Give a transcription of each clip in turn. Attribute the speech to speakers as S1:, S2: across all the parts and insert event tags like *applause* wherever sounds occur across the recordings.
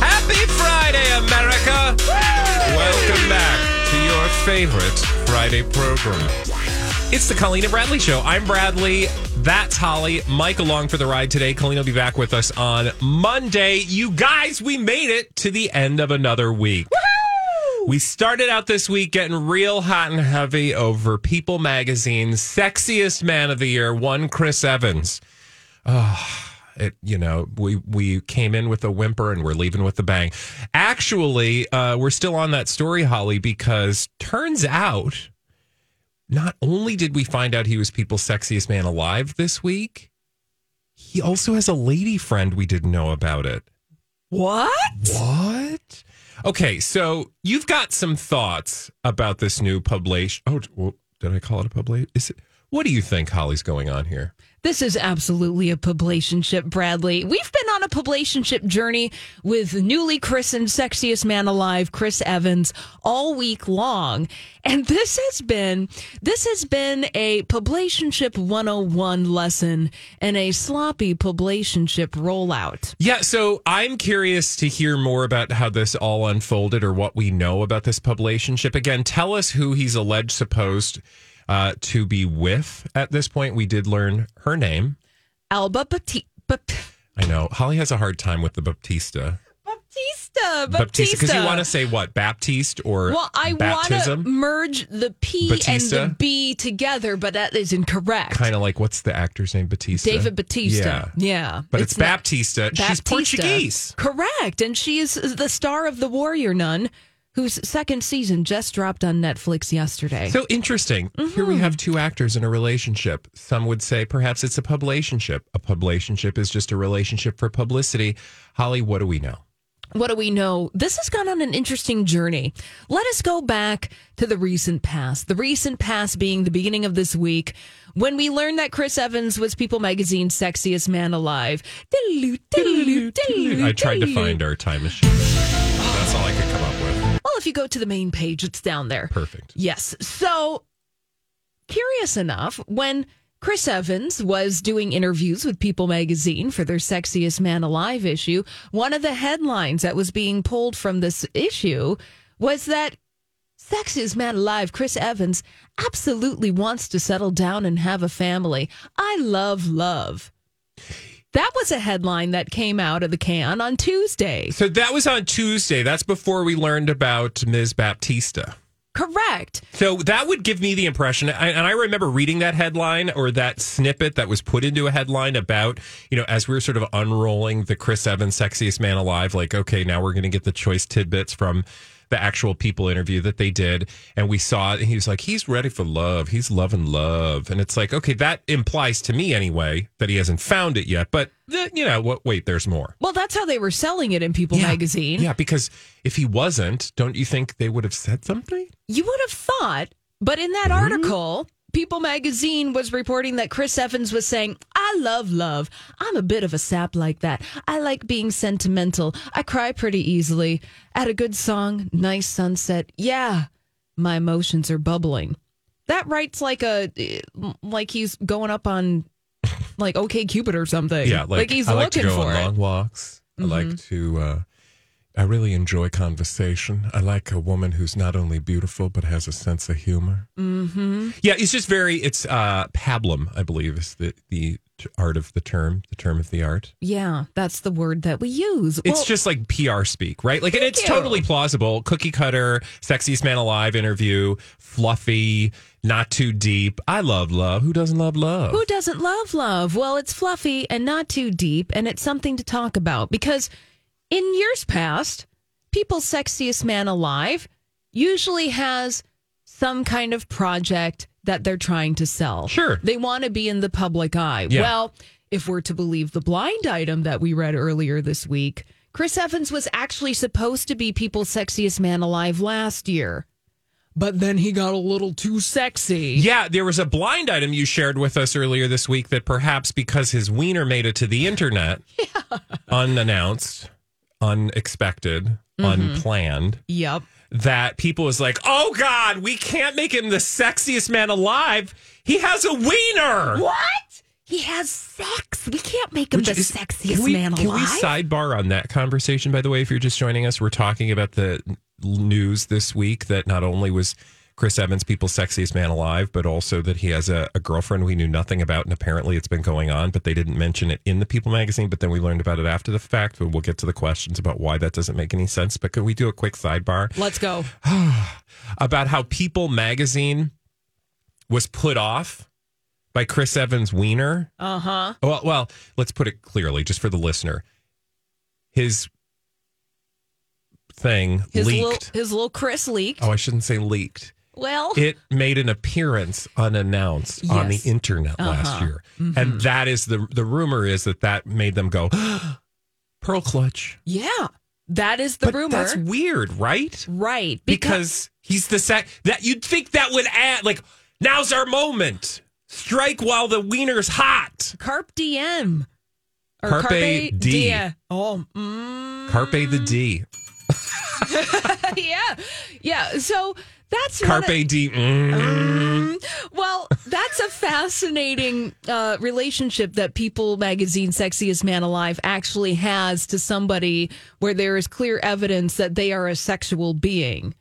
S1: Happy Friday, America! Welcome back to your favorite Friday program. It's the Colleen and Bradley Show. I'm Bradley. That's Holly. Mike along for the ride today. Colleen will be back with us on Monday. You guys, we made it to the end of another week. We started out this week getting real hot and heavy over People Magazine's Sexiest Man of the Year, one Chris Evans it you know we we came in with a whimper and we're leaving with a bang actually uh, we're still on that story holly because turns out not only did we find out he was people's sexiest man alive this week he also has a lady friend we didn't know about it
S2: What?
S1: what okay so you've got some thoughts about this new publication oh well, did i call it a publication is it what do you think holly's going on here
S2: This is absolutely a publicationship, Bradley. We've been on a publicationship journey with newly christened sexiest man alive, Chris Evans, all week long. And this has been this has been a publicationship 101 lesson and a sloppy publicationship rollout.
S1: Yeah, so I'm curious to hear more about how this all unfolded or what we know about this publicationship. Again, tell us who he's alleged supposed uh, to be with at this point. We did learn her name.
S2: Alba Bati- Bap-
S1: I know Holly has a hard time with the Baptista.
S2: Baptista.
S1: Baptista, because you want to say what? Baptiste or
S2: Well, I want to
S1: baptism?
S2: merge the P
S1: Batista?
S2: and the B together, but that is incorrect.
S1: Kind of like what's the actor's name? Batista.
S2: David Batista.
S1: Yeah.
S2: Yeah.
S1: But it's,
S2: not-
S1: Baptista. She's
S2: Baptista.
S1: Portuguese.
S2: Correct. And she is the star of The Warrior Nun, whose second season just dropped on Netflix yesterday.
S1: So interesting. Here we have two actors in a relationship. Some would say perhaps it's a publicationship. A publicationship is just a relationship for publicity. Holly, what do we know?
S2: what do we know? This has gone on an interesting journey. Let us go back to the recent past. The recent past being the beginning of this week when we learned that Chris Evans was People Magazine's sexiest man alive. Diddle-oo, diddle-oo, diddle-oo,
S1: I tried to
S2: diddle-oo.
S1: find our time machine. That's all I could come up with.
S2: Well, if you go to the main page, it's down there.
S1: Perfect.
S2: Yes. So, curious enough, when Chris Evans was doing interviews with People magazine for their Sexiest Man Alive issue, one of the headlines that was being pulled from this issue was that Sexiest Man Alive, Chris Evans, absolutely wants to settle down and have a family. I love love. That was a headline that came out of the can on Tuesday.
S1: So that was on Tuesday. That's before we learned about Ms. Baptista.
S2: Correct.
S1: So that would give me the impression, I- and I remember reading that headline or that snippet that was put into a headline about, you know, as we were sort of unrolling the Chris Evans sexiest man alive, like, okay, now we're going to get the choice tidbits from the actual people interview that they did. And we saw it, and he was like, he's ready for love. He's loving love. And it's like, okay, that implies to me anyway that he hasn't found it yet. But, the, you know, what? wait, there's more.
S2: Well, that's how they were selling it in People magazine.
S1: Yeah, because if he wasn't, don't you think they would have said something?
S2: You would have thought, but in
S1: Mm-hmm.
S2: that article, People magazine was reporting that Chris Evans was saying, I love love. I'm a bit of a sap like that. I like being sentimental. I cry pretty easily. At a good song, nice sunset. Yeah, my emotions are bubbling. That writes like a like he's going up on like OK Cupid or something.
S1: Yeah, like,
S2: he's
S1: I like
S2: looking
S1: to go
S2: for
S1: on
S2: it. Mm-hmm.
S1: long walks. I like to. Uh, I really enjoy conversation. I like a woman who's not only beautiful but has a sense of humor. Mm-hmm. Yeah, it's just very. It's uh, pablum, I believe, is the the t- art of the term, the term of the art.
S2: Yeah, that's the word that we use.
S1: It's
S2: Well,
S1: just like PR speak, right? Like, and
S2: Thank
S1: it's
S2: you.
S1: totally plausible. Cookie cutter, sexiest man alive interview, fluffy, not too deep. I love love. Who doesn't love love?
S2: Who doesn't love love? Well, it's fluffy and not too deep, and it's something to talk about because in years past, people's sexiest man alive usually has some kind of project that they're trying to sell.
S1: Sure.
S2: They want to be in the public eye.
S1: Yeah.
S2: Well, if we're to believe the blind item that we read earlier this week, Chris Evans was actually supposed to be people's sexiest man alive last year. But then he got a little too sexy.
S1: yeah, there was a blind item you shared with us earlier this week that perhaps because his wiener made it to the internet, unannounced, unexpected, unplanned,
S2: Yep.
S1: that people was like, oh God, we can't make him the sexiest man alive. He has a wiener.
S2: What? He has sex. We can't make him
S1: Which
S2: the
S1: is-
S2: sexiest
S1: can we,
S2: man
S1: Can
S2: alive.
S1: we sidebar on that conversation, by the way, if you're just joining us? We're talking about the news this week that not only was Chris Evans people's sexiest man alive, but also that he has a, a girlfriend we knew nothing about, and apparently it's been going on, but they didn't mention it in the People magazine, but then we learned about it after the fact, and we'll get to the questions about why that doesn't make any sense. But can we do a quick sidebar? *sighs*
S2: Let's go.
S1: about how People magazine was put off by Chris Evans' wiener. Uh
S2: Uh-huh.
S1: huh. Well, well, let's put it clearly, just for the listener. His thing
S2: His
S1: leaked.
S2: little his little Chris leaked.
S1: oh, I shouldn't say leaked.
S2: well,
S1: It made an appearance unannounced on the
S2: Yes.
S1: internet last year, and that is the the rumor is that that made them go *gasps* pearl clutch.
S2: yeah. That is the
S1: But
S2: rumor.
S1: That's weird, right?
S2: right.
S1: because he's the sec that you'd think that would add like now's our moment strike while the wiener's hot
S2: Carp DM. Or
S1: Carpe D.
S2: Diem. Oh, mm, *laughs*
S1: carpe the d
S2: yeah. Yeah. So that's one of-
S1: carpe d mm.
S2: Well, that's a fascinating uh, relationship that People Magazine Sexiest Man Alive actually has to somebody where there is clear evidence that they are a sexual being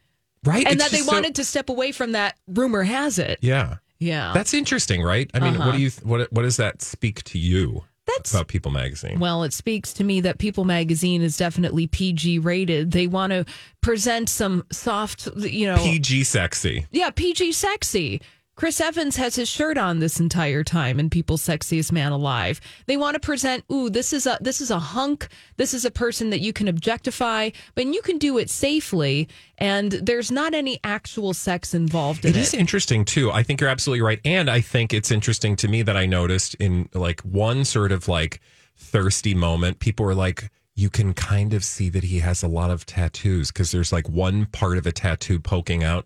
S1: right
S2: and
S1: It's
S2: that they
S1: just so-
S2: wanted to step away from that. Rumor has it.
S1: yeah
S2: Yeah. Uh-huh.
S1: that's interesting right i mean what do you th- what what does that speak to you
S2: That's-
S1: about people magazine
S2: Well, it speaks to me that People Magazine is definitely PG rated. They want to present some soft, you know.
S1: pg sexy
S2: Yeah, PG sexy. Chris Evans has his shirt on this entire time in People's Sexiest Man Alive. They want to present, ooh, this is a this is a hunk. This is a person that you can objectify, but you can do it safely, and there's not any actual sex involved in it.
S1: It is interesting too. I think you're absolutely right, and I think it's interesting to me that I noticed in like one sort of like thirsty moment, people were like, "You can kind of see that he has a lot of tattoos because there's like one part of a tattoo poking out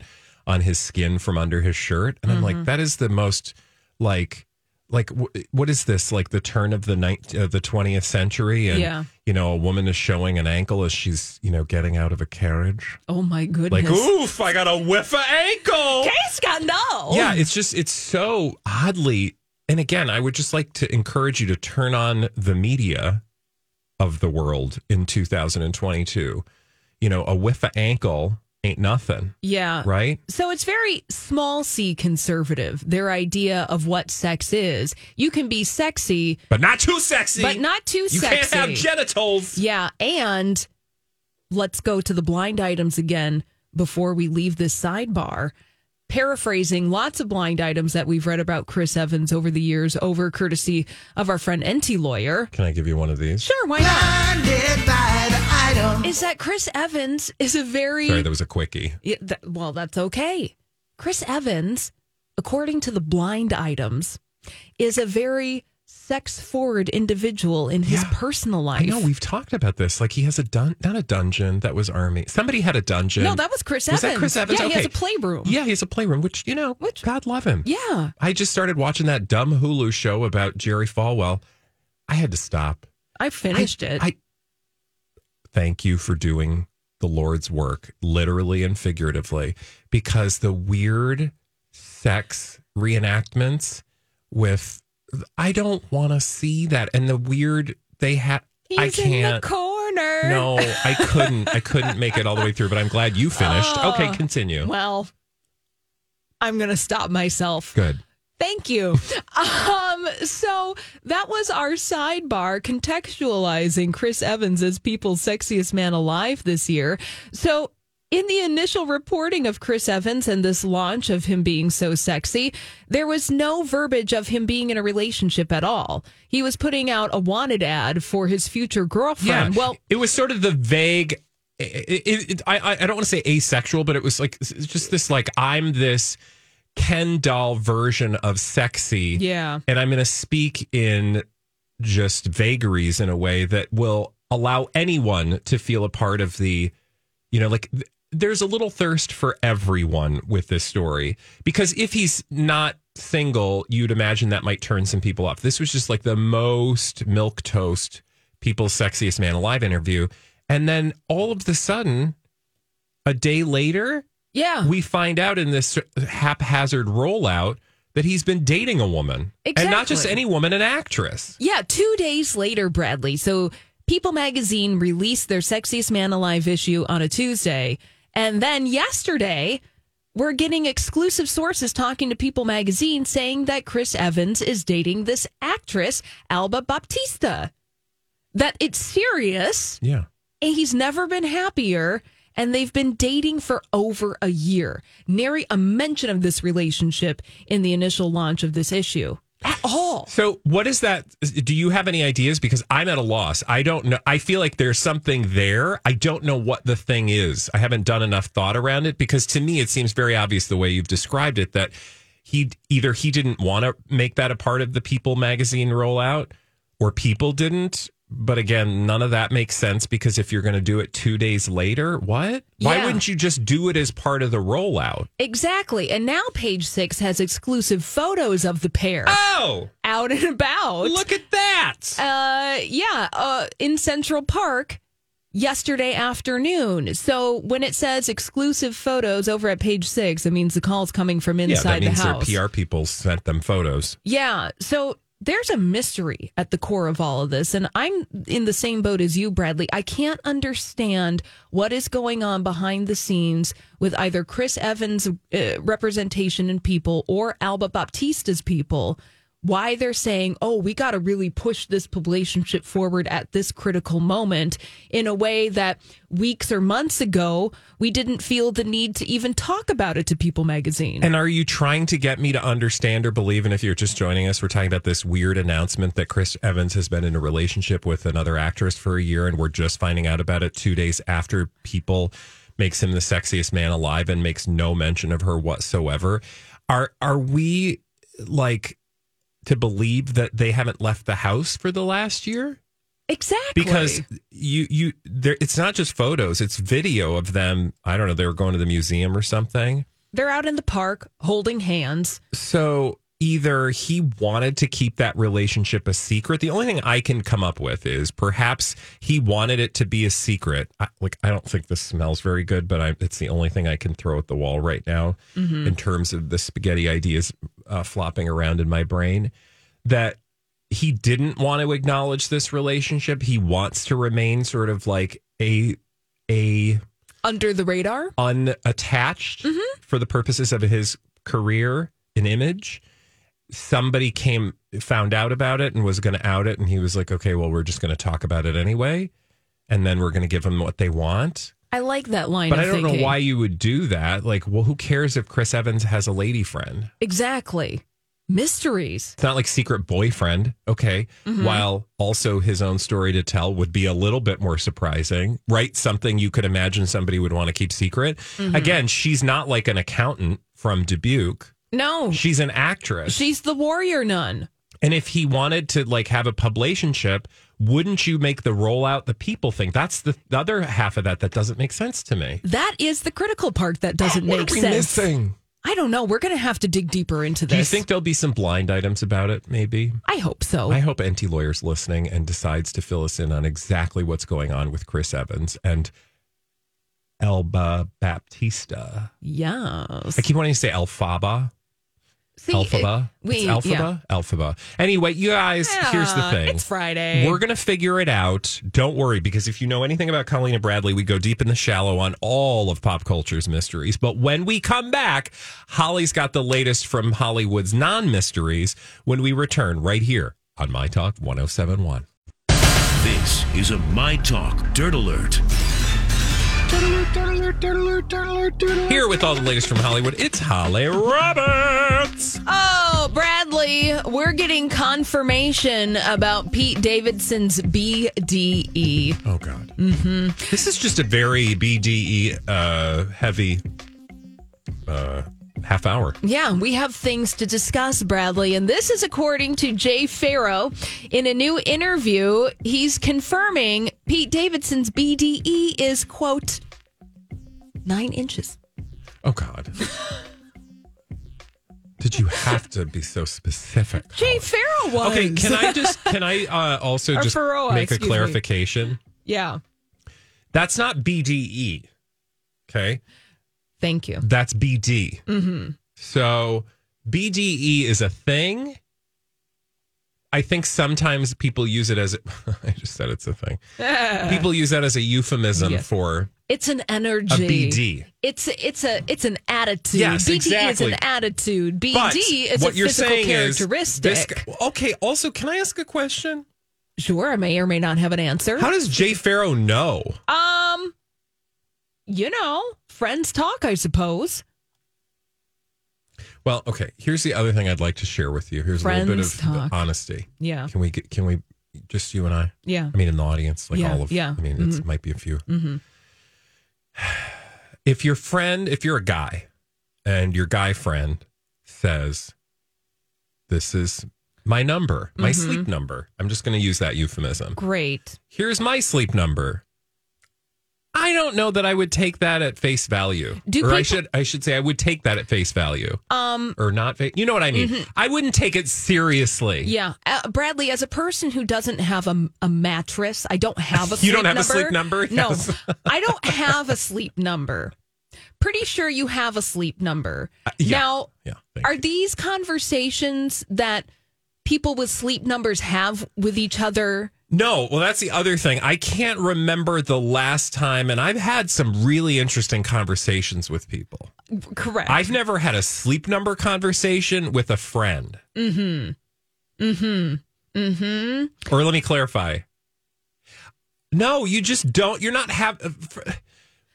S1: on his skin from under his shirt," and I'm
S2: Mm-hmm.
S1: like, "That is the most like." Like wh- what is this? Like the turn of the ninth, uh, the twentieth century, and
S2: Yeah.
S1: you know, a woman is showing an ankle as she's you know getting out of a carriage.
S2: Oh my goodness!
S1: Like, oof! I got a whiff of ankle.
S2: Gay scandal.
S1: Yeah, it's just it's so oddly and again, I would just like to encourage you to turn on the media of the world in 2022. You know, a whiff of ankle ain't nothing,
S2: yeah.
S1: right?
S2: So it's very small c conservative. Their idea of what sex is. You can be sexy,
S1: But not too sexy.
S2: but not too
S1: You
S2: sexy.
S1: can't have genitals.
S2: Yeah, and let's go to the blind items again before we leave this sidebar. Paraphrasing lots of blind items that we've read about Chris Evans over the years, over courtesy of our friend NT Lawyer.
S1: Can I give you one of these?
S2: Sure, why not? Is that Chris Evans is a very
S1: Sorry, that was a quickie.
S2: yeah, th- well, that's okay. Chris Evans, according to the blind items, is a very sex forward individual in his
S1: Yeah.
S2: personal life.
S1: I know we've talked about this. Like he has a dun not a dungeon, that was army. Somebody had a dungeon.
S2: No, that was Chris
S1: Was
S2: Evans.
S1: that Chris Evans?
S2: Yeah, he has a
S1: Okay.
S2: playroom.
S1: Yeah, he has a playroom, which you know,
S2: Which-
S1: God love him.
S2: Yeah.
S1: I just started watching that dumb Hulu show about Jerry Falwell. I had to stop.
S2: I finished
S1: I-
S2: it.
S1: I thank you for doing the Lord's work, literally and figuratively, because the weird sex reenactments with I don't want to see that, and the weird they had.
S2: He's
S1: I
S2: in
S1: can't.
S2: the corner.
S1: No, I couldn't. I couldn't make it all the way through. But I'm glad
S2: Oh.
S1: you finished. okay, continue.
S2: Well, I'm going to stop myself.
S1: Good.
S2: Thank you. *laughs* Um, so that was our sidebar contextualizing Chris Evans as people's sexiest man alive this year. So in the initial reporting of Chris Evans and this launch of him being so sexy, there was no verbiage of him being in a relationship at all. He was putting out a wanted ad for his future girlfriend. Well,
S1: it was sort of the vague. It, it, it, I I- I don't want to say asexual, but it was like it's just this like I'm this Ken doll version of sexy.
S2: yeah.
S1: and I'm going to speak in just vagaries in a way that will allow anyone to feel a part of the, you know, like th- there's a little thirst for everyone with this story because if he's not single, you'd imagine that might turn some people off. This was just like the most milk toast people's sexiest man alive interview, and then all of the sudden, a day later,
S2: Yeah.
S1: we find out in this haphazard rollout that he's been dating a woman and not just
S2: Exactly.
S1: any woman an actress
S2: Yeah, two days later, Bradley. So People Magazine released their Sexiest Man Alive issue on a Tuesday. And then yesterday, we're getting exclusive sources talking to People Magazine saying that Chris Evans is dating this actress, Alba Baptista. That it's serious.
S1: yeah
S2: And he's never been happier. And they've been dating for over a year. Nary a mention of this relationship in the initial launch of this issue at all.
S1: so what is that do you have any ideas because i'm at a loss i don't know i feel like there's something there i don't know what the thing is i haven't done enough thought around it because to me it seems very obvious the way you've described it that he either he didn't want to make that a part of the people magazine rollout or people didn't but again none of that makes sense because if you're going to do it two days later what why
S2: Yeah.
S1: wouldn't you just do it as part of the rollout
S2: Exactly. And now page six has exclusive photos of the pair
S1: oh
S2: out and about.
S1: look at that
S2: Uh, yeah, uh, in Central Park yesterday afternoon. So when it says exclusive photos over at page six, it means the call's coming from
S1: yeah that
S2: inside
S1: means
S2: the house.
S1: their pr people sent them photos
S2: Yeah. So there's a mystery at the core of all of this. And I'm in the same boat as you, Bradley. I can't understand what is going on behind the scenes with either Chris Evans' uh, representation in people or Alba Baptista's people. Why they're saying, oh, we got to really push this relationship forward at this critical moment in a way that weeks or months ago, we didn't feel the need to even talk about it to People magazine.
S1: and are you trying to get me to understand or believe and if you're just joining us we're talking about this weird announcement that chris evans has been in a relationship with another actress for a year and we're just finding out about it two days after people makes him the sexiest man alive and makes no mention of her whatsoever are are we like to believe that they haven't left the house for the last year
S2: exactly.
S1: because you you there it's not just photos it's video of them i don't know they were going to the museum or something
S2: They're out in the park holding hands.
S1: so either he wanted to keep that relationship a secret the only thing i can come up with is perhaps he wanted it to be a secret I, like i don't think this smells very good but I, it's the only thing i can throw at the wall right now in terms of the spaghetti ideas uh, flopping around in my brain that he didn't want to acknowledge this relationship he wants to remain sort of like a a
S2: Under the radar?
S1: unattached for the purposes of his career and image. Somebody came, found out about it, and was going to out it. And he was like, okay, well, we're just going to talk about it anyway. And then we're going to give them what they want.
S2: I like that line.
S1: But
S2: of
S1: I don't know
S2: thinking.
S1: why you would do that. Like, well, who cares if Chris Evans has a lady friend?
S2: Exactly. Mysteries.
S1: It's not like secret boyfriend. Okay. While also his own story to tell would be a little bit more surprising, right? Something you could imagine somebody would want to keep secret. Again, she's not like an accountant from Dubuque.
S2: No,
S1: She's an actress.
S2: she's the warrior nun.
S1: and if he wanted to like have a publicationship, wouldn't you make the rollout the people thing? That's the, the other half of that that doesn't make sense to me.
S2: That is the critical part that doesn't
S1: What
S2: make
S1: are we
S2: sense.
S1: missing?
S2: I don't know. We're going to have to dig deeper into this.
S1: Do you think there'll be some blind items about it? Maybe.
S2: I hope so.
S1: I hope NT Lawyer's listening and decides to fill us in on exactly what's going on with Chris Evans and Elba Baptista.
S2: yes.
S1: I keep wanting to say Elfaba.
S2: See,
S1: Alphaba.
S2: it- we-
S1: it's Alphaba. Alphaba. Anyway, you guys, here's the
S2: Yeah,
S1: thing.
S2: It's Friday.
S1: We're going to figure it out. Don't worry, because if you know anything about Colleen and Bradley, we go deep in the shallow on all of pop culture's mysteries. But when we come back, Holly's got the latest from Hollywood's non mysteries when we return right here on My Talk 1071.
S3: This is a My Talk Dirt Alert.
S1: Here with all the latest from Hollywood, it's Holly Roberts.
S2: Oh, Bradley, we're getting confirmation about Pete Davidson's E. BDE.
S1: Oh, God. Mm-hmm. This is just a very BDE uh, heavy uh, half hour.
S2: Yeah, we have things to discuss, Bradley. And this is according to Jay Farrow. In a new interview, he's confirming Pete Davidson's BDE is, quote, nine inches.
S1: Oh God. *laughs* Did you have to be so specific?
S2: Jay Farrow was.
S1: Okay, can I just can I uh, also
S2: Or
S1: just
S2: Faroa,
S1: make a
S2: excuse me.
S1: clarification?
S2: yeah.
S1: That's not BDE. Okay,
S2: Thank you.
S1: that's BD. Mm-hmm. So BDE is a thing. I think sometimes people use it as a, *laughs* I just said it's a
S2: *laughs*
S1: thing. people use that as a euphemism
S2: Yes.
S1: for
S2: It's an
S1: a
S2: energy.
S1: BD.
S2: It's it's a it's an attitude.
S1: Yes,
S2: BD is
S1: exactly.
S2: an attitude. BD
S1: But
S2: is
S1: what
S2: a
S1: you're
S2: physical
S1: saying is this
S2: characteristic.
S1: guy- okay. Also, can I ask a question?
S2: sure, I may or may not have an answer.
S1: How does Jay Farrow know?
S2: um, you know, friends talk, I suppose.
S1: Well, okay. Here's the other thing I'd like to share with you. Here's a little bit
S2: Friends
S1: of
S2: talk.
S1: honesty.
S2: Yeah,
S1: Can we get? Can we just you and I?
S2: yeah.
S1: I mean, in the audience, like
S2: Yeah,
S1: all of.
S2: yeah. Mm-hmm.
S1: I mean, it might be a few. *sighs* If your friend, if you're a guy, and your guy friend says, "This is my number, my
S2: Mm-hmm.
S1: sleep number," I'm just going to use that euphemism.
S2: Great.
S1: Here's my sleep number. I don't know that I would take that at face value.
S2: Do
S1: or I
S2: people-
S1: should I should say I would take that at face value.
S2: Um, mm-hmm.
S1: or not fake. You know what I mean? I wouldn't take it seriously.
S2: yeah, uh, Bradley. As a person who doesn't have a, a mattress, I don't have a.
S1: *laughs* You
S2: sleep
S1: don't have a
S2: number.
S1: sleep number? Yes.
S2: No, I don't have a sleep number. Pretty sure you have a sleep number.
S1: Uh, yeah.
S2: Now,
S1: Yeah. thank
S2: Are
S1: you.
S2: these conversations that people with sleep numbers have with each other?
S1: No, well, that's the other thing. I can't remember the last time, and I've had some really interesting conversations with people.
S2: Correct.
S1: I've never had a sleep number conversation with a friend. Mm hmm. Mm
S2: Mm-hmm.
S1: hmm. Mm hmm. Or let me clarify. No, you just don't. You're not have. uh, fr-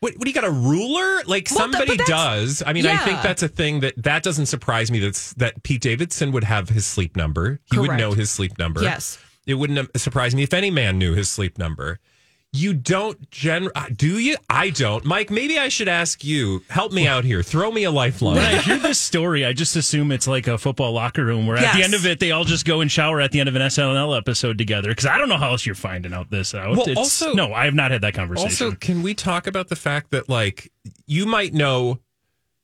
S1: What, what do you got a ruler? Like
S2: Well, th-
S1: somebody
S2: but that's-
S1: does. I mean, I think
S2: yeah.
S1: that's a thing that that doesn't surprise me. That's that Pete Davidson would have his sleep number. He would
S2: Correct.
S1: know his sleep number.
S2: Yes.
S1: it wouldn't um, surprise me if any man knew his sleep number. You don't gen uh, do you? I don't, Mike. Maybe I should ask you. Help me out here. Throw me a lifeline.
S4: When I hear this story, I just assume it's like a football locker room where at the
S1: Yes.
S4: end of it, they all just go and shower at the end of an SNL episode together. Because I don't know how else you're finding out this out.
S1: Well,
S4: It's-
S1: also-
S4: no, I have not had that
S1: *laughs*
S4: conversation.
S1: Also, can we talk about the fact that like you might know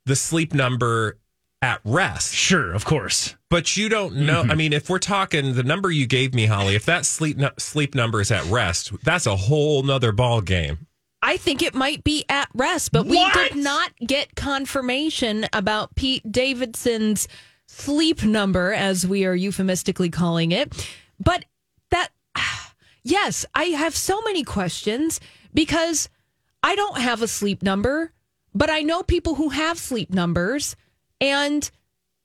S1: the sleep number at rest,
S4: sure, of course.
S1: but you don't know. I mean, if we're talking the number you gave me, Holly, if that sleep nu- sleep number is at rest, that's a whole nother ball game.
S2: I think it might be at rest, but
S4: What?
S2: we did not get confirmation about Pete Davidson's sleep number, as we are euphemistically calling it. But that, *sighs* yes, I have so many questions because I don't have a sleep number, but I know people who have sleep numbers. And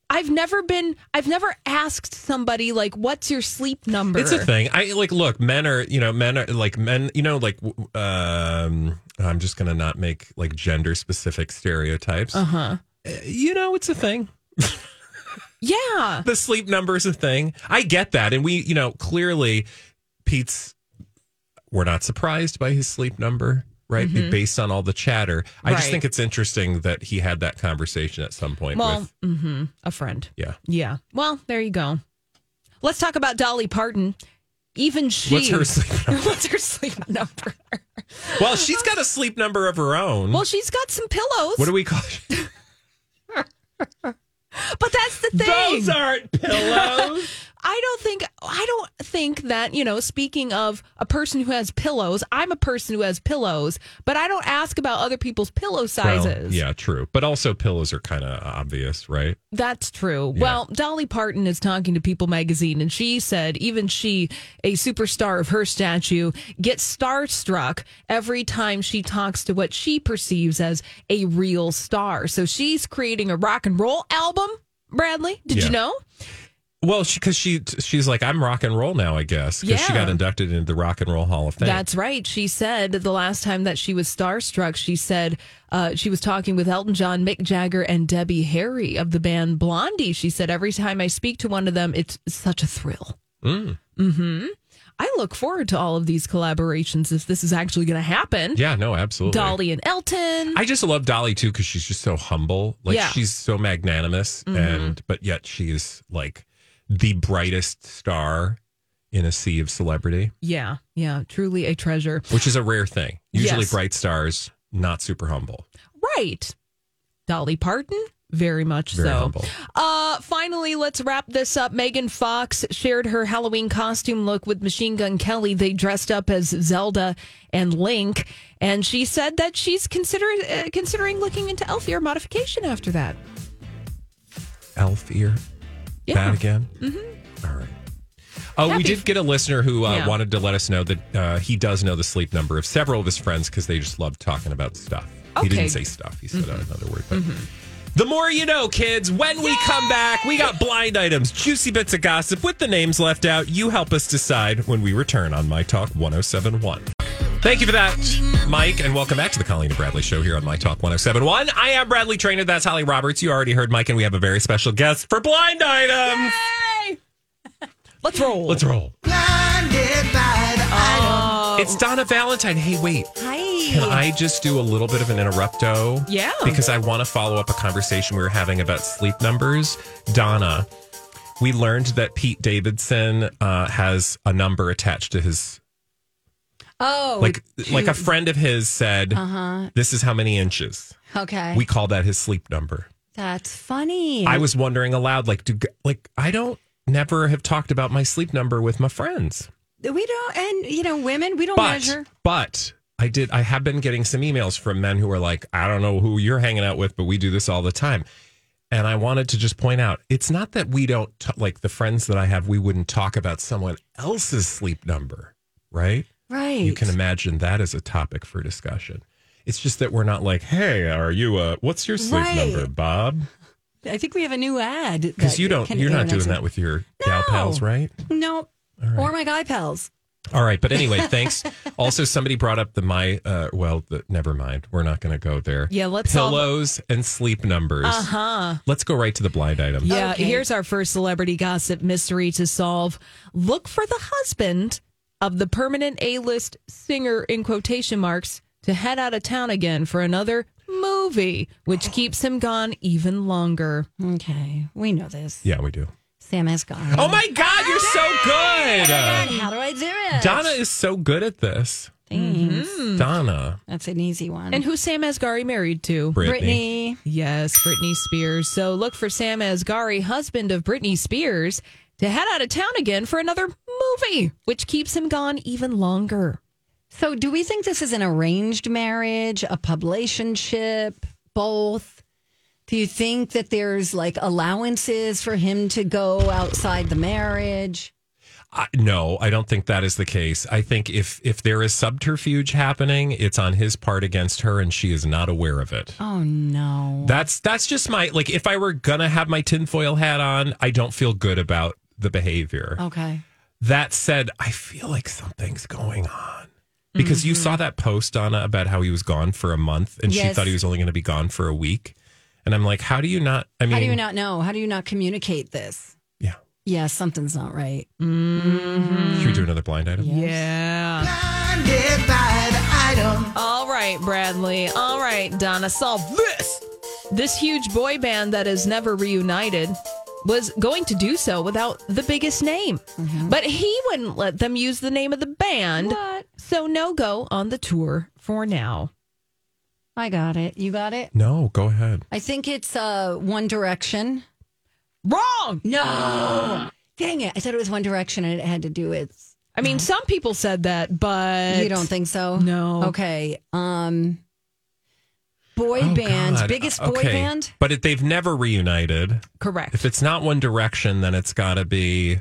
S2: I've never been, I've never asked somebody, like, what's your sleep number?
S1: It's a thing. I like look, men are, you know, men are like men, you know, like w- um I'm just going to not make like gender specific stereotypes. Uh-huh. You know, it's a thing.
S2: Yeah.
S1: The sleep number is a thing. I get that. And we, you know, clearly Pete's we're not surprised by his sleep number, right? Based on all the chatter. I just
S2: Mm-hmm. Right.
S1: think it's interesting that he had that conversation at some point
S2: Well,
S1: with
S2: hmm a friend.
S1: yeah.
S2: Yeah. Well, there you go. Let's talk about Dolly Parton. Even she.
S1: What's
S2: *laughs*
S1: her sleep number?
S2: What's her sleep number?
S1: Well, she's got a sleep number of her own.
S2: well, she's got some pillows.
S1: what do we call *laughs*
S2: but that's the thing.
S1: aren't pillows.
S2: I don't think I don't think that, you know, speaking of a person who has pillows, I'm a person who has pillows, but I don't ask about other people's pillow
S1: Well,
S2: *laughs* sizes.
S1: yeah, true. But also pillows are kind of obvious, right?
S2: That's true.
S1: Yeah.
S2: Well, Dolly Parton is talking to People magazine, and she said even she, a superstar of her statue, gets starstruck every time she talks to what she perceives as a real star. So she's creating a rock and roll album. Bradley, did
S1: Yeah.
S2: you know?
S1: Well, because she, she's like, I'm rock and roll now, I guess, because she
S2: Yeah.
S1: got inducted into the Rock and Roll Hall of Fame.
S2: That's right. She said the last time that she was starstruck, she said uh, she was talking with Elton John, Mick Jagger, and Debbie Harry of the band Blondie. She said, Every time I speak to one of them, it's such a thrill.
S1: Mm.
S2: hmm I look forward to all of these collaborations if this is actually going to happen.
S1: yeah, no, absolutely.
S2: Dolly and Elton.
S1: I just love Dolly too because she's just so humble. Like
S2: Yeah. Mm-hmm.
S1: she's so magnanimous, and but yet she is like the brightest star in a sea of celebrity,
S2: yeah, yeah, truly a treasure.
S1: which is a rare thing. Usually,
S2: Yes.
S1: bright stars not super humble,
S2: Right. Dolly Parton, very much
S1: very
S2: so.
S1: humble.
S2: Uh, finally, let's wrap this up. Megan Fox shared her Halloween costume look with Machine Gun Kelly. They dressed up as Zelda and Link, and she said that she's considering uh, considering looking into elf ear modification after that.
S1: Elf ear,
S2: Yeah.
S1: that again. Mm-hmm. All right. Oh, we
S2: Happy-
S1: did get a listener who uh,
S2: Yeah.
S1: wanted to let us know that uh, he does know the sleep number of several of his friends because they just love talking about stuff. He
S2: Okay.
S1: didn't say stuff; he said another word. But The more you know, kids. When we come back, we got blind items, juicy bits of gossip with the names left out. You help us decide when we return on My Talk 1071. Thank you for that, Mike, and welcome back to the Colleen and Bradley Show here on My Talk 1071. I am Bradley Trainer. That's Holly Roberts. You already heard Mike, and we have a very special guest for blind items.
S2: Let's roll.
S1: Let's roll. It's Donna Valentine. Hey, wait.
S2: Hi.
S1: Can I just do a little bit of an interrupto?
S2: Yeah.
S1: Because I want to follow up a conversation we were having about sleep numbers. Donna, we learned that Pete Davidson uh, has a number attached to his
S5: Oh,
S1: like like a friend of his said, "This is how many inches."
S5: okay.
S1: We call that his sleep number.
S5: That's funny.
S1: I was wondering aloud, like, do g- like I don't never have talked about my sleep number with my friends.
S5: we don't, and you know, women, we don't measure.
S1: but but I did I have been getting some emails from men who are like, I don't know who you're hanging out with, but we do this all the time. And I wanted to just point out, it's not that we don't t- like the friends that I have, we wouldn't talk about someone else's sleep number, right?
S5: Right.
S1: You can imagine that as a topic for discussion. It's just that we're not like, hey, are you uh what's your sleep
S5: Right.
S1: number, Bob?
S5: I think we have a new ad.
S1: Because
S5: that
S1: you don't
S5: can
S1: you're
S5: air
S1: not doing
S5: next
S1: that
S5: week.
S1: with your gal
S5: No.
S1: pals, right?
S5: No. Or my guy pals.
S1: All right, but anyway,
S5: *laughs*
S1: thanks. Also, somebody brought up the my. Uh, well, the, never mind. We're not going to go there.
S2: Yeah, let's all-
S1: pillows and sleep numbers.
S2: Uh
S5: Uh-huh.
S2: huh.
S1: Let's go right to the blind item.
S2: Yeah,
S5: Okay.
S2: here's our first celebrity gossip mystery to solve. Look for the husband of the permanent A-list singer in quotation marks to head out of town again for another movie, which keeps him gone even longer.
S5: Okay. We know this.
S1: Yeah, we do.
S5: Sam has gone.
S1: Oh my God, you're so good.
S5: How do I do it?
S1: Donna is so good at this.
S5: Thanks.
S1: Mm-hmm. Donna,
S5: That's an easy one.
S2: And who Sam Asghari married to?
S1: Brittany.
S5: Brittany.
S2: Yes, Britney Spears. So look for Sam Asghari, husband of Britney Spears, to head out of town again for another movie, which keeps him gone even longer.
S5: So, do we think this is an arranged marriage, a publicationship, both? Do you think that there's like allowances for him to go outside the marriage?
S1: I, no, I don't think that is the case. I think if if there is subterfuge happening, it's on his part against her, and she is not aware of it.
S5: Oh no.
S1: That's that's just my like. If I were gonna have my tinfoil hat on, I don't feel good about the behavior.
S5: Okay.
S1: That said, I feel like something's going on because you saw that post Donna about how he was gone for a month, and she
S5: Mm-hmm. Yes.
S1: thought he was only going to be gone for a week. And I'm like, how do you not? I mean,
S5: How do you not know? How do you not communicate this?
S1: Yeah,
S5: Yeah, something's not right.
S1: should we do another blind item?
S2: Yeah. All right, Bradley. All right, Donna. Solve this. This huge boy band that has never reunited was going to do so without the biggest name, but he wouldn't let them use the name of the band. So no go on the tour for now.
S5: I got it. You got it?
S1: No, go ahead.
S5: I think it's uh One Direction.
S2: Wrong.
S5: No. *gasps* Dang it. I thought it was One Direction and it had to do with.
S2: I mean, some people said that, but
S5: you don't think so?
S2: No.
S5: Okay. Um, boy
S1: Oh,
S5: band,
S1: God.
S5: biggest boy
S1: Okay.
S5: band.
S1: But if they've never reunited,
S2: correct.
S1: if it's not One Direction, then it's got to be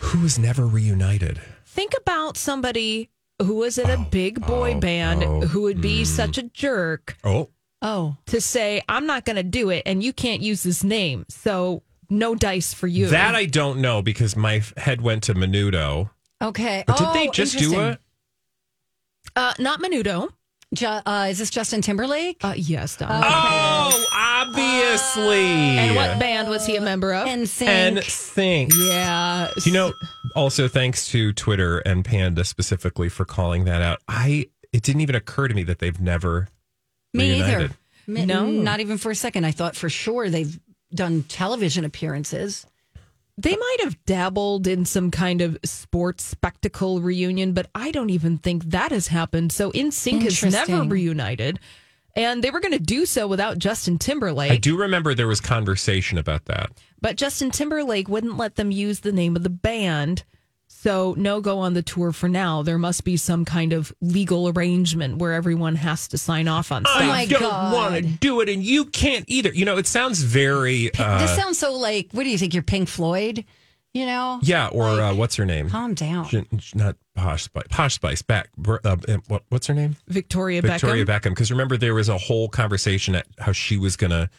S1: who was never reunited.
S2: think about somebody who was in a big boy
S1: oh,
S2: band
S1: oh,
S2: who would be such a jerk
S1: Oh,
S5: Oh,
S2: to say, I'm not going to do it and you can't use this name. So no dice for you.
S1: that I don't know because my f- head went to Menudo.
S5: okay.
S1: But did
S5: oh,
S1: they just do
S5: interesting.
S1: it?
S2: uh, not Menudo.
S5: Ju- uh, is this Justin Timberlake?
S2: Uh, yes, Don.
S1: Oh, obviously.
S2: and what band was he a member of?
S5: and sing.
S1: And think.
S2: yeah.
S1: Do you know, also thanks to Twitter and Panda specifically for calling that out. I it didn't even occur to me that they've never
S5: Me either.
S1: reunited.
S5: Me-
S2: No.
S5: Not even for a second. I thought for sure they've done television appearances.
S2: They might have dabbled in some kind of sports spectacle reunion, but I don't even think that has happened. So InSync has never
S5: Interesting.
S2: reunited. And they were going to do so without Justin Timberlake.
S1: I do remember there was conversation about that.
S2: But Justin Timberlake wouldn't let them use the name of the band. So, no go on the tour for now. There must be some kind of legal arrangement where everyone has to sign off on stuff.
S5: Oh my God.
S1: wanna do it, and you can't either. You know, it sounds very uh,
S5: this sounds so like, what do you think? You're Pink Floyd? You know?
S1: yeah. Or uh, what's her name?
S5: Calm down.
S1: J- j- Not Posh Spice. Posh Spice. Back. br- Uh, uh, what, what's her name?
S2: Victoria,
S1: Victoria
S2: Beckham.
S1: Beckham. Because remember, there was a whole conversation at how she was gonna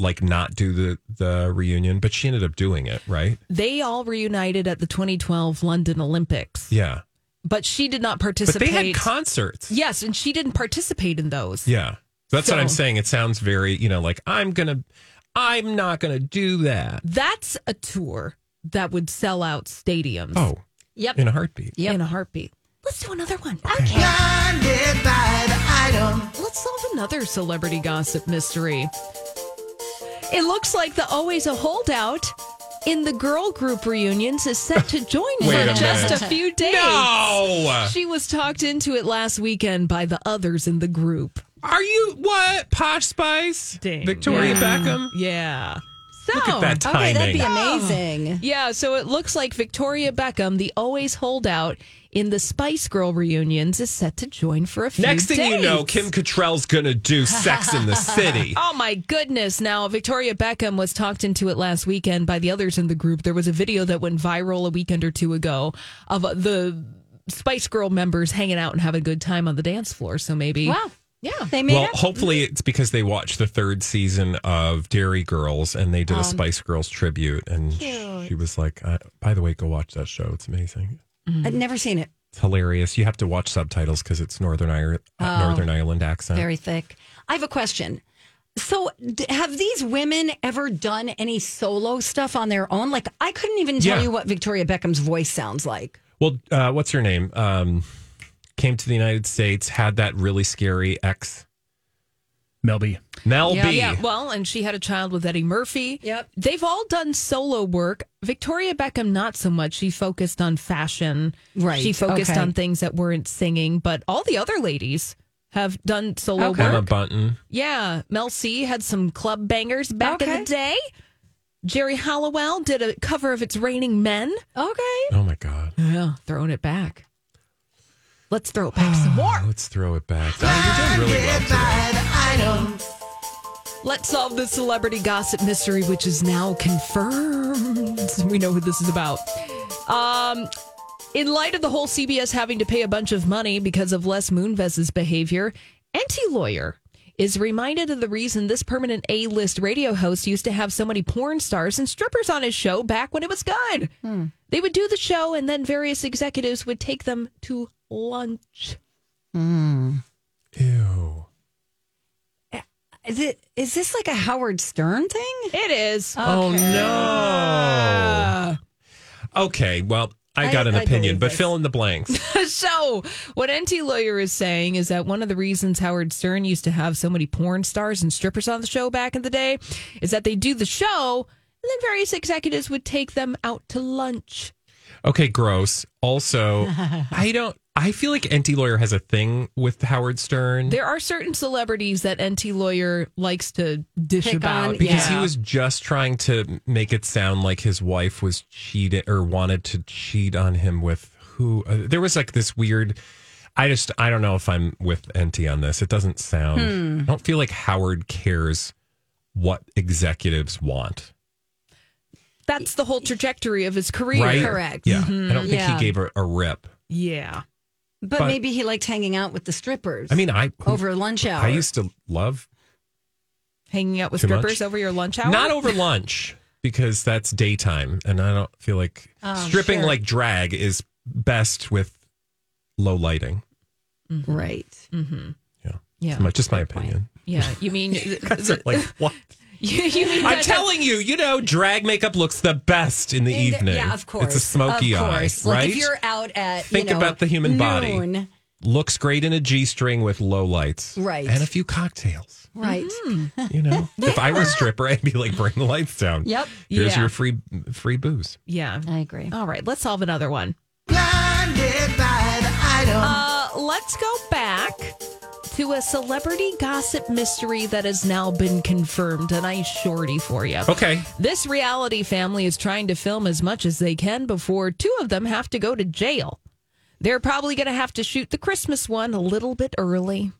S1: like not do the the reunion, but she ended up doing it, right?
S2: They all reunited at the 2012 London Olympics,
S1: Yeah.
S2: but she did not
S1: But
S2: participate.
S1: they had concerts.
S2: yes, and she didn't participate in those.
S1: Yeah. That's what I'm
S2: So-
S1: saying. It sounds very, you know, like I'm gonna, I'm not gonna do that.
S2: That's a tour that would sell out stadiums
S1: Oh,
S5: Yep.
S1: in a heartbeat.
S2: in a heartbeat. Let's do another one.
S6: Blinded by the item.
S2: Let's solve another celebrity gossip mystery. It looks like the always a holdout in the girl group reunions is set
S1: *laughs*
S2: to join
S1: Wait
S2: for
S1: a
S2: just
S1: minute.
S2: a few days.
S1: No,
S2: She was talked into it last weekend by the others in the group.
S1: are you what? Posh Spice,
S2: Dang.
S1: Victoria
S2: Yeah.
S1: Beckham.
S2: Yeah. So,
S1: Look at that timing.
S5: Okay, that'd be amazing.
S2: Yeah, so it looks like Victoria Beckham, the always holdout in the Spice Girl reunions, is set to join for a few
S1: Next thing you know,
S2: dates.
S1: Kim Cattrall's gonna do Sex in the City.
S2: *laughs* Oh my goodness. Now, Victoria Beckham was talked into it last weekend by the others in the group. There was a video that went viral a weekend or two ago of uh, the Spice Girl members hanging out and having a good time on the dance floor. So maybe.
S5: Wow.
S2: Yeah.
S5: They made
S1: Well,
S5: up.
S1: hopefully it's because they watched the third season of Dairy Girls and they did a
S2: Um,
S1: Spice Girls tribute, and she was like, uh, "By the way, go watch that show. It's amazing."
S5: I'd
S1: Mm-hmm.
S5: never seen it.
S1: It's hilarious. You have to watch subtitles because it's Northern Ireland,
S2: Oh.
S1: Northern Ireland accent.
S5: Very thick. I have a question. So, d- have these women ever done any solo stuff on their own? Like, I couldn't even tell
S1: Yeah.
S5: you what Victoria Beckham's voice sounds like.
S1: well, uh, what's her name? Um, came to the United States, had that really scary ex
S4: Melby.
S1: Mel
S5: Yeah.
S1: B.
S2: Yeah, well, and she had a child with Eddie Murphy.
S5: Yep.
S2: They've all done solo work. Victoria Beckham, not so much. She focused on fashion.
S5: Right,
S2: She focused
S5: okay.
S2: on things that weren't singing, but all the other ladies have done solo
S5: Okay.
S1: Emma
S2: work.
S1: Bunton.
S2: Yeah, Mel C had some club bangers back in
S5: Okay.
S2: the day. Jerry Halliwell did a cover of It's Raining Men.
S5: Okay.
S1: Oh my God.
S2: Yeah, throwing it back. Let's throw it back some more.
S1: Let's throw it back. Oh, you're doing really well today.
S2: Let's solve the celebrity gossip mystery, which is now confirmed. We know who this is about. Um, in light of the whole CBS having to pay a bunch of money because of Les Moonves's behavior, anti lawyer is reminded of the reason this permanent A list radio host used to have so many porn stars and strippers on his show back when it was good. They would do the show, and then various executives would take them to lunch.
S1: Ew.
S5: Is it is this like a Howard Stern thing?
S2: It is.
S1: Oh no. Oh. Okay. Well, I
S5: I-
S1: got an
S5: I
S1: opinion,
S5: believe
S1: but
S5: this.
S1: fill in the blanks.
S2: *laughs*
S5: *laughs*
S2: so what NT lawyer is saying is that one of the reasons Howard Stern used to have so many porn stars and strippers on the show back in the day is that they do the show and then various executives would take them out to lunch.
S5: *laughs*
S1: Okay, gross. Also, I don't. I feel like NT Lawyer has a thing with Howard Stern
S2: There are certain celebrities that NT Lawyer likes to dish
S5: Pick
S2: about
S5: on,
S1: because
S5: yeah.
S1: he was just trying to make it sound like his wife was cheating or wanted to cheat on him with who. Uh, there was like this weird. I just I don't know if I'm with NT on this. It doesn't sound.
S5: Hmm.
S1: I don't feel like Howard cares what executives want.
S2: That's the whole trajectory of his career.
S1: Right?
S5: correct. Mm-hmm.
S1: Yeah, I don't think
S5: Yeah.
S1: he gave her a rip.
S2: Yeah.
S5: But,
S1: But-
S5: maybe he liked hanging out with the strippers.
S1: I mean, I
S5: over lunch hour.
S1: I used to love
S2: Hanging out with
S1: Too much?
S2: strippers over your lunch hour?
S1: Not over lunch because that's daytime, and I don't feel like
S5: Oh,
S1: stripping
S5: sure.
S1: like drag is best with low lighting.
S5: right.
S2: Yeah.
S1: It's my- just my opinion.
S2: Yeah.
S1: *laughs*
S2: You mean, you,
S1: Guys are
S5: *laughs*
S1: like what?
S2: *laughs* you mean
S1: I'm
S5: uh,
S2: that-
S1: telling you, you know, drag makeup looks the best in the
S5: In the-
S1: evening.
S5: Yeah, of course.
S1: It's a smoky
S5: of
S1: eye,
S5: course. Like
S1: right?
S5: if you're out at
S1: Think
S5: you know,
S1: about the human body. Mm-hmm.
S5: noon,
S1: looks great in a g-string with low lights,
S5: Right.
S1: And a few cocktails,
S5: Right.
S1: you
S5: *laughs*
S1: know. if I were a stripper, I'd be like, bring the lights down.
S5: Yep.
S1: Here's
S2: Yeah.
S1: your free free booze.
S2: *laughs* Yeah.
S5: I agree.
S2: All right. Let's solve another one.
S6: Blinded by the item.
S2: Uh, let's go back to a celebrity gossip mystery that has now been confirmed. A nice shorty for you.
S1: Okay.
S2: This reality family is trying to film as much as they can before two of them have to go to jail. They're probably going to have to shoot the Christmas one a little bit early.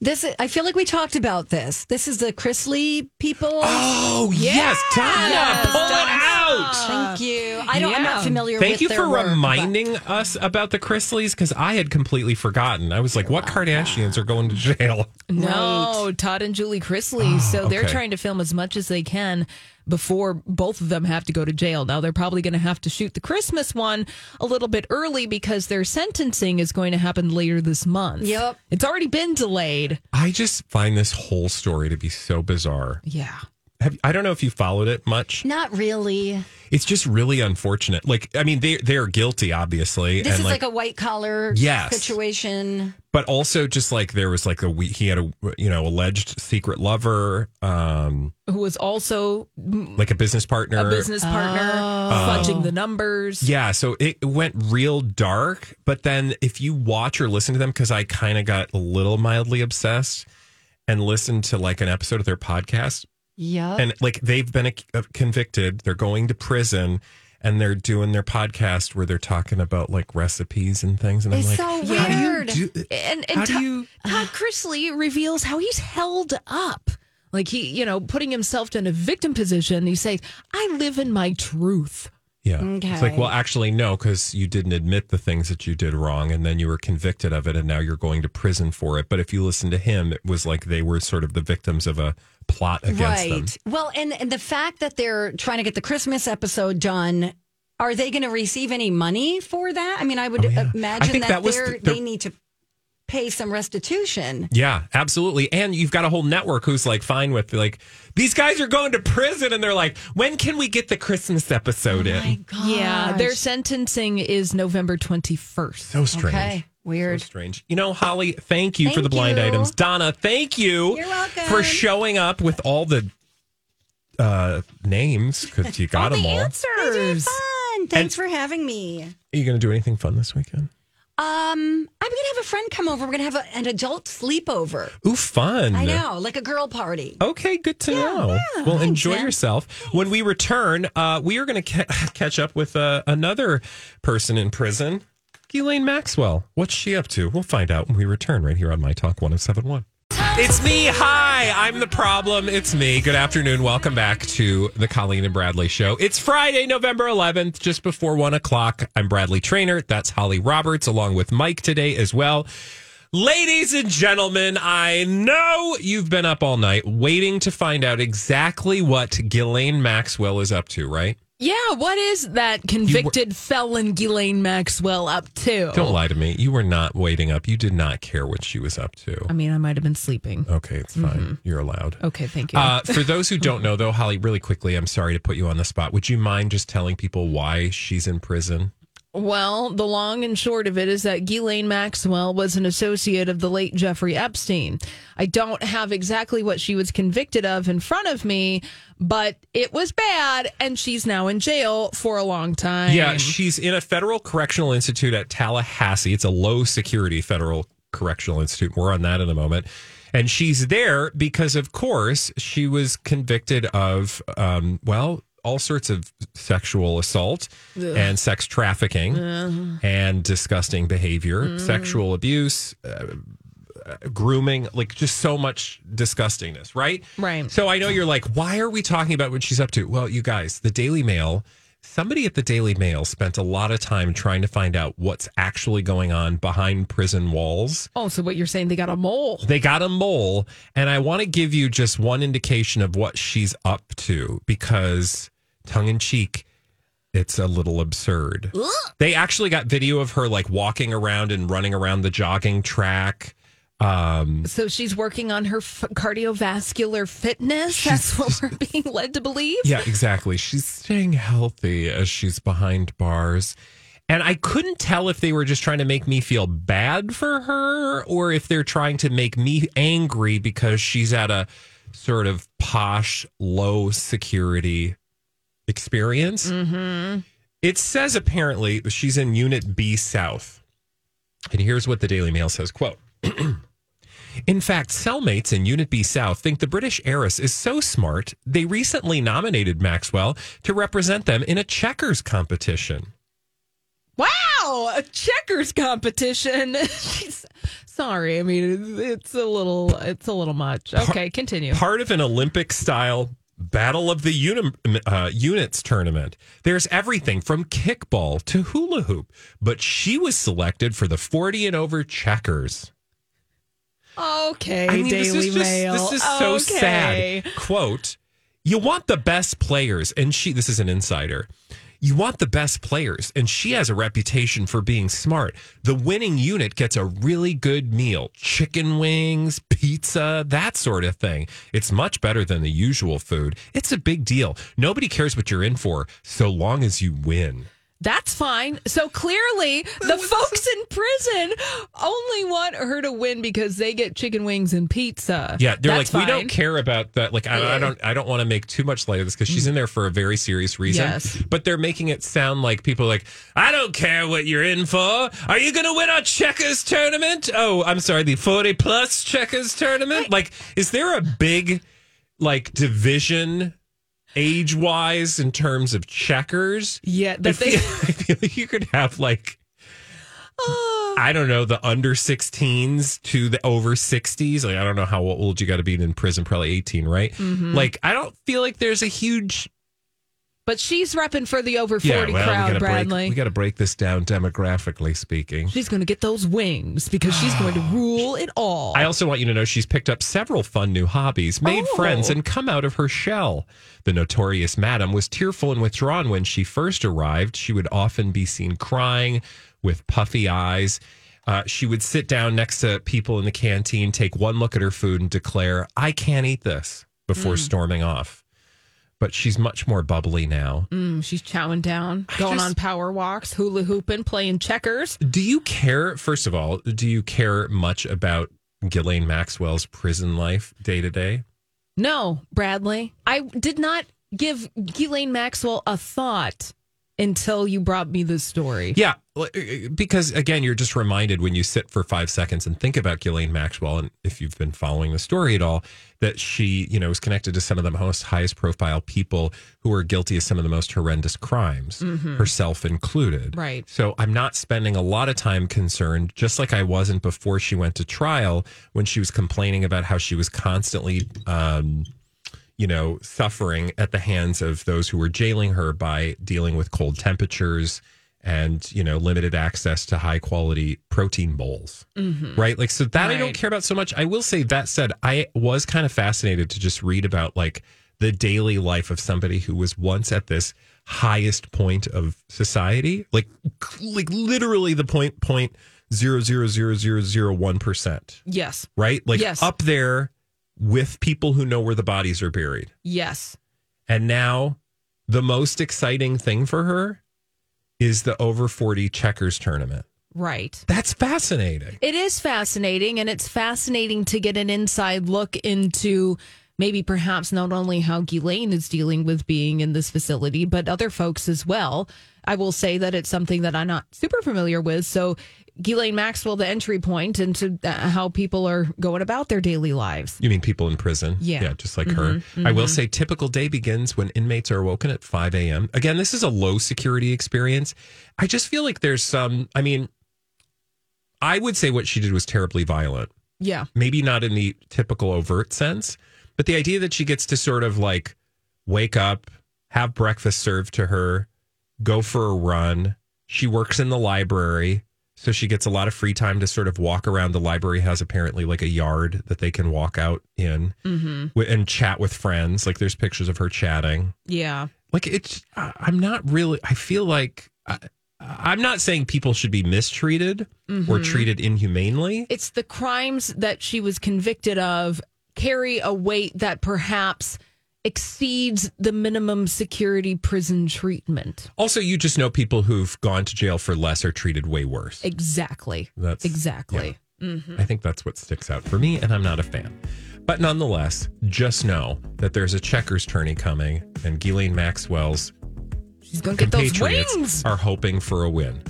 S5: This is- I feel like we talked about this. This is the Chris Lee people.
S1: Oh yes, Donna, pull it out.
S5: Thank you. I don't. I'm
S2: yeah.
S5: not familiar.
S1: Uh, Thank
S5: with
S1: you
S5: their
S1: for
S5: work, but-
S1: reminding us about the Chrisleys because I had completely forgotten. I was like, what Kardashians are going to jail?
S2: No, Todd and Julie Chrisley. so they're
S1: Ah, okay.
S2: trying to film as much as they can before both of them have to go to jail. Now they're probably going to have to shoot the Christmas one a little bit early because their sentencing is going to happen later this month.
S5: Yep.
S2: It's already been delayed.
S1: I just find this whole story to be so bizarre.
S2: Yeah.
S1: Have, I don't know if you followed it much.
S5: Not really.
S1: It's just really unfortunate. Like, I mean, they they are guilty, obviously,
S5: This is like, a white collar
S1: Yes.
S5: situation.
S1: but also just like there was like a we- he had a you know alleged secret lover, um,
S2: Who was also
S1: like a business partner,
S2: a business partner, fudging the numbers.
S1: Oh. Yeah, so it went real dark, but then if you watch or listen to them, because I kind of got a little mildly obsessed and listened to like an episode of their podcast,
S5: Yep.
S1: and like they've been uh, convicted, they're going to prison, and they're doing their podcast where they're talking about like recipes and things, and
S5: It's
S1: I'm like,
S5: so
S1: how
S5: weird."
S1: do you do?
S2: And, and
S1: How do
S2: Todd-
S1: you? *sighs*
S2: Todd Chrisley reveals how he's held up. Like he, you know, putting himself in a victim position. He says, I live in my truth.
S1: Yeah, it's like,
S5: Okay.
S1: well, actually, no, because you didn't admit the things that you did wrong, and then you were convicted of it, and now you're going to prison for it. But if you listen to him, it was like they were sort of the victims of a plot against
S5: right.
S1: them.
S5: Well, and, and the fact that they're trying to get the Christmas episode done, are they going to receive any money for that? I mean, I would
S1: Oh, I
S5: imagine
S1: think
S5: that,
S1: that was
S5: they're,
S1: the- the-
S5: they need to pay some restitution.
S1: Yeah, absolutely. And you've got a whole network who's like fine with like these guys are going to prison, and they're like, when can we get the Christmas episode
S5: Oh
S1: in?
S2: Yeah. Their sentencing is November 21st.
S1: So strange.
S5: Okay.
S1: So
S5: Weird.
S1: strange. You know, Holly, thank you for
S5: Thank
S1: the blind
S5: you.
S1: items. Donna, thank you
S5: You're welcome.
S1: for showing up with all the uh, names because you got them all.
S2: Answers.
S5: Fun. Thanks for having me.
S1: Are you going to do anything fun this weekend?
S5: Um, I'm gonna have a friend come over. We're gonna have a, an adult sleepover.
S1: Ooh, fun.
S5: I know, like a girl party.
S1: Okay, good to know. well, enjoy yourself. When we return, uh, we are going to ca- catch up with uh, another person in prison, Ghislaine Maxwell. What's she up to? We'll find out when we return right here on My Talk 1071. It's me. Hi, I'm the problem. It's me. Good afternoon. Welcome back to the Colleen and Bradley Show. It's Friday, November 11th, just before one o'clock. I'm Bradley Trainer. That's Holly Roberts, along with Mike today as well. Ladies and gentlemen, I know you've been up all night waiting to find out exactly what Ghislaine Maxwell is up to, right?
S2: Yeah. What is that convicted felon Ghislaine Maxwell up to?
S1: Don't lie to me. You were not waiting up. You did not care what she was up to.
S2: I mean, I might have been sleeping.
S1: Okay, it's fine. You're allowed.
S2: Okay. Thank you.
S1: Uh, for those who don't know, though, Holly, really quickly, I'm sorry to put you on the spot. Would you mind just telling people why she's in prison?
S2: Well, the long and short of it is that Ghislaine Maxwell was an associate of the late Jeffrey Epstein. I don't have exactly what she was convicted of in front of me, but it was bad, and she's now in jail for a long time.
S1: Yeah, she's in a federal correctional institute at Tallahassee. It's a low security federal correctional institute. More on that in a moment. And she's there because, of course, she was convicted of, um, well, all sorts of sexual assault and sex trafficking and disgusting behavior, sexual abuse, grooming, like just so much disgustingness, right?
S2: Right.
S1: So I know you're like, why are we talking about what she's up to? Well, you guys, the Daily Mail, somebody at the Daily Mail spent a lot of time trying to find out what's actually going on behind prison walls.
S2: Oh, so what you're saying, they got a mole.
S1: They got a mole, and I want to give you just one indication of what she's up to because tongue in cheek, it's a little absurd. They actually got video of her like walking around and running around the jogging track. Um,
S2: So she's working on her f- cardiovascular fitness.
S1: *laughs*
S2: That's what we're being led to believe.
S1: Yeah, exactly. She's staying healthy as she's behind bars. And I couldn't tell if they were just trying to make me feel bad for her or if they're trying to make me angry because she's at a sort of posh, low security experience. Mm-hmm. It says apparently she's in Unit B South. And here's what the Daily Mail says quote, in fact, cellmates in Unit B South think the British heiress is so smart, they recently nominated Maxwell to represent them in a checkers competition.
S2: Wow, a checkers competition. *laughs* She's- Sorry, I mean it's a little it's a little much. Okay, continue.
S1: Part of an Olympic style Battle of the uni- uh, Units tournament. There's everything from kickball to hula hoop, but she was selected for the 40 and over checkers.
S2: Okay,
S1: I mean,
S2: Daily
S1: this is just-
S2: Mail. Oh,
S1: This is so
S2: okay.
S1: sad. Quote, you want the best players, and she, this is an insider. You want the best players, and she has a reputation for being smart. The winning unit gets a really good meal chicken wings, pizza, that sort of thing. It's much better than the usual food. It's a big deal. Nobody cares what you're in for so long as you win.
S2: That's fine. So clearly, the folks in prison only want her to win because they get chicken wings and pizza.
S1: Yeah, they're
S2: That's
S1: like we
S2: fine.
S1: don't care about that. Like I, I don't, I don't want to make too much light of this because she's in there for a very serious reason.
S2: Mm. Yes.
S1: But they're making it sound like people are like I don't care what you're in for. Are you going to win our checkers tournament? Oh, I'm sorry, the forty plus checkers tournament. like, is there a big like division age wise in terms of checkers?
S2: Yeah, that
S1: I
S2: they.
S1: feel- *laughs* I feel like you could have like
S2: Oh,
S1: I don't know, the under 16s to the over 60s. Like, I don't know how old you got to be in prison, probably 18, right?
S2: Mm-hmm.
S1: Like, I don't feel like there's a huge.
S2: *laughs* but she's repping for the over
S1: we
S2: forty crowd,
S1: gotta
S2: Bradley.
S1: break, we gotta break this down demographically speaking.
S2: She's going to get those wings because she's *sighs* going to rule it all.
S1: I also want you to know she's picked up several fun new hobbies, made
S2: Oh.
S1: friends, and come out of her shell. The notorious madam was tearful and withdrawn when she first arrived. She would often be seen crying with puffy eyes. Uh, she would sit down next to people in the canteen, take one look at her food, and declare, I can't eat this
S2: Mm.
S1: before storming off. But she's much more bubbly now.
S2: Mm, she's chowing down, going
S1: just-
S2: on power walks, hula hooping, playing checkers.
S1: Do you care, first of all, do you care much about Ghislaine Maxwell's prison life day to day?
S2: No, Bradley, I did not give Ghislaine Maxwell a thought until you brought me this story.
S1: Yeah, l- because again, you're just reminded when you sit for five seconds and think about Ghislaine Maxwell, and if you've been following the story at all, that she, you know, is connected to some of the most highest profile people who are guilty of some of the most horrendous crimes, herself included.
S2: Right.
S1: So I'm not spending a lot of time concerned, just like I wasn't before she went to trial when she was complaining about how she was constantly. Um, you know, suffering at the hands of those who were jailing her by dealing with cold temperatures and, you know, limited access to high quality protein bowls. Right. Like, so that I don't
S2: Mm-hmm. Right.
S1: care about so much. I will say that said, I was kind of fascinated to just read about like the daily life of somebody who was once at this highest point of society, like, like literally the point, point zero zero zero zero zero one percent,
S2: Yes,
S1: right? Like
S2: Yes.
S1: up there with people who know where the bodies are buried.
S2: yes.
S1: And now the most exciting thing for her is the over 40 checkers tournament.
S2: Right.
S1: That's fascinating.
S2: It is fascinating, and it's fascinating to get an inside look into maybe perhaps not only how Ghislaine is dealing with being in this facility, but other folks as well. I will say that it's something that I'm not super familiar with. So, Ghislaine Maxwell, the entry point into uh, how people are going about their daily lives.
S1: You mean people in prison?
S2: Yeah.
S1: Yeah, just like her. I will say, typical day begins when inmates are awoken at 5 a.m. Again, this is a low security experience. I just feel like there's some, I mean, I would say what she did was terribly violent.
S2: Yeah.
S1: Maybe not in the typical overt sense, but the idea that she gets to sort of like wake up, have breakfast served to her, go for a run. She works in the library, so she gets a lot of free time to sort of walk around. The library has apparently like a yard that they can walk out in
S2: Mm-hmm.
S1: wi- and chat with friends. Like there's pictures of her chatting.
S2: Yeah.
S1: Like it's, I- I'm not really, I feel like. I, I'm not saying people should be mistreated or treated inhumanely.
S2: It's the crimes that she was convicted of carry a weight that perhaps exceeds the minimum security prison treatment.
S1: Also, you just know people who've gone to jail for less are treated way worse.
S2: Exactly.
S1: That's
S2: exactly.
S1: yeah. I think that's what sticks out for me, and I'm not a fan. But nonetheless, just know that there's a checkers tourney coming, and Ghislaine Maxwell's
S2: She's gonna get those
S1: compatriots
S2: wings. Mm-hmm.
S1: are hoping for a win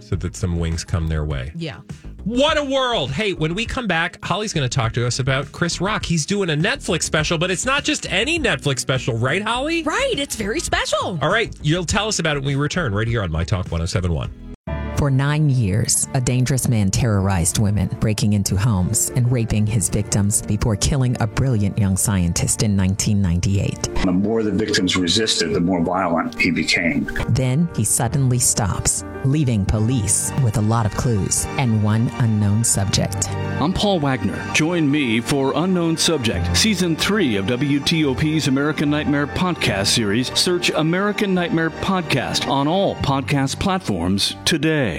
S1: so that some wings come their way.
S2: Yeah.
S1: What a world! Hey, when we come back, Holly's going to talk to us about Chris Rock. He's doing a Netflix special, but it's not just any Netflix special, right, Holly?
S2: Right. It's very special.
S1: All right, you'll tell us about it when we return right here on My Talk 1071.
S7: For nine years, a dangerous man terrorized women, breaking into homes and raping his victims before killing a brilliant young scientist in 1998.
S8: The more the victims resisted, the more violent he became.
S7: Then he suddenly stops, leaving police with a lot of clues and one unknown subject.
S9: I'm Paul Wagner. Join me for Unknown Subject, Season 3 of WTOP's American Nightmare Podcast series. Search American Nightmare Podcast on all podcast platforms today.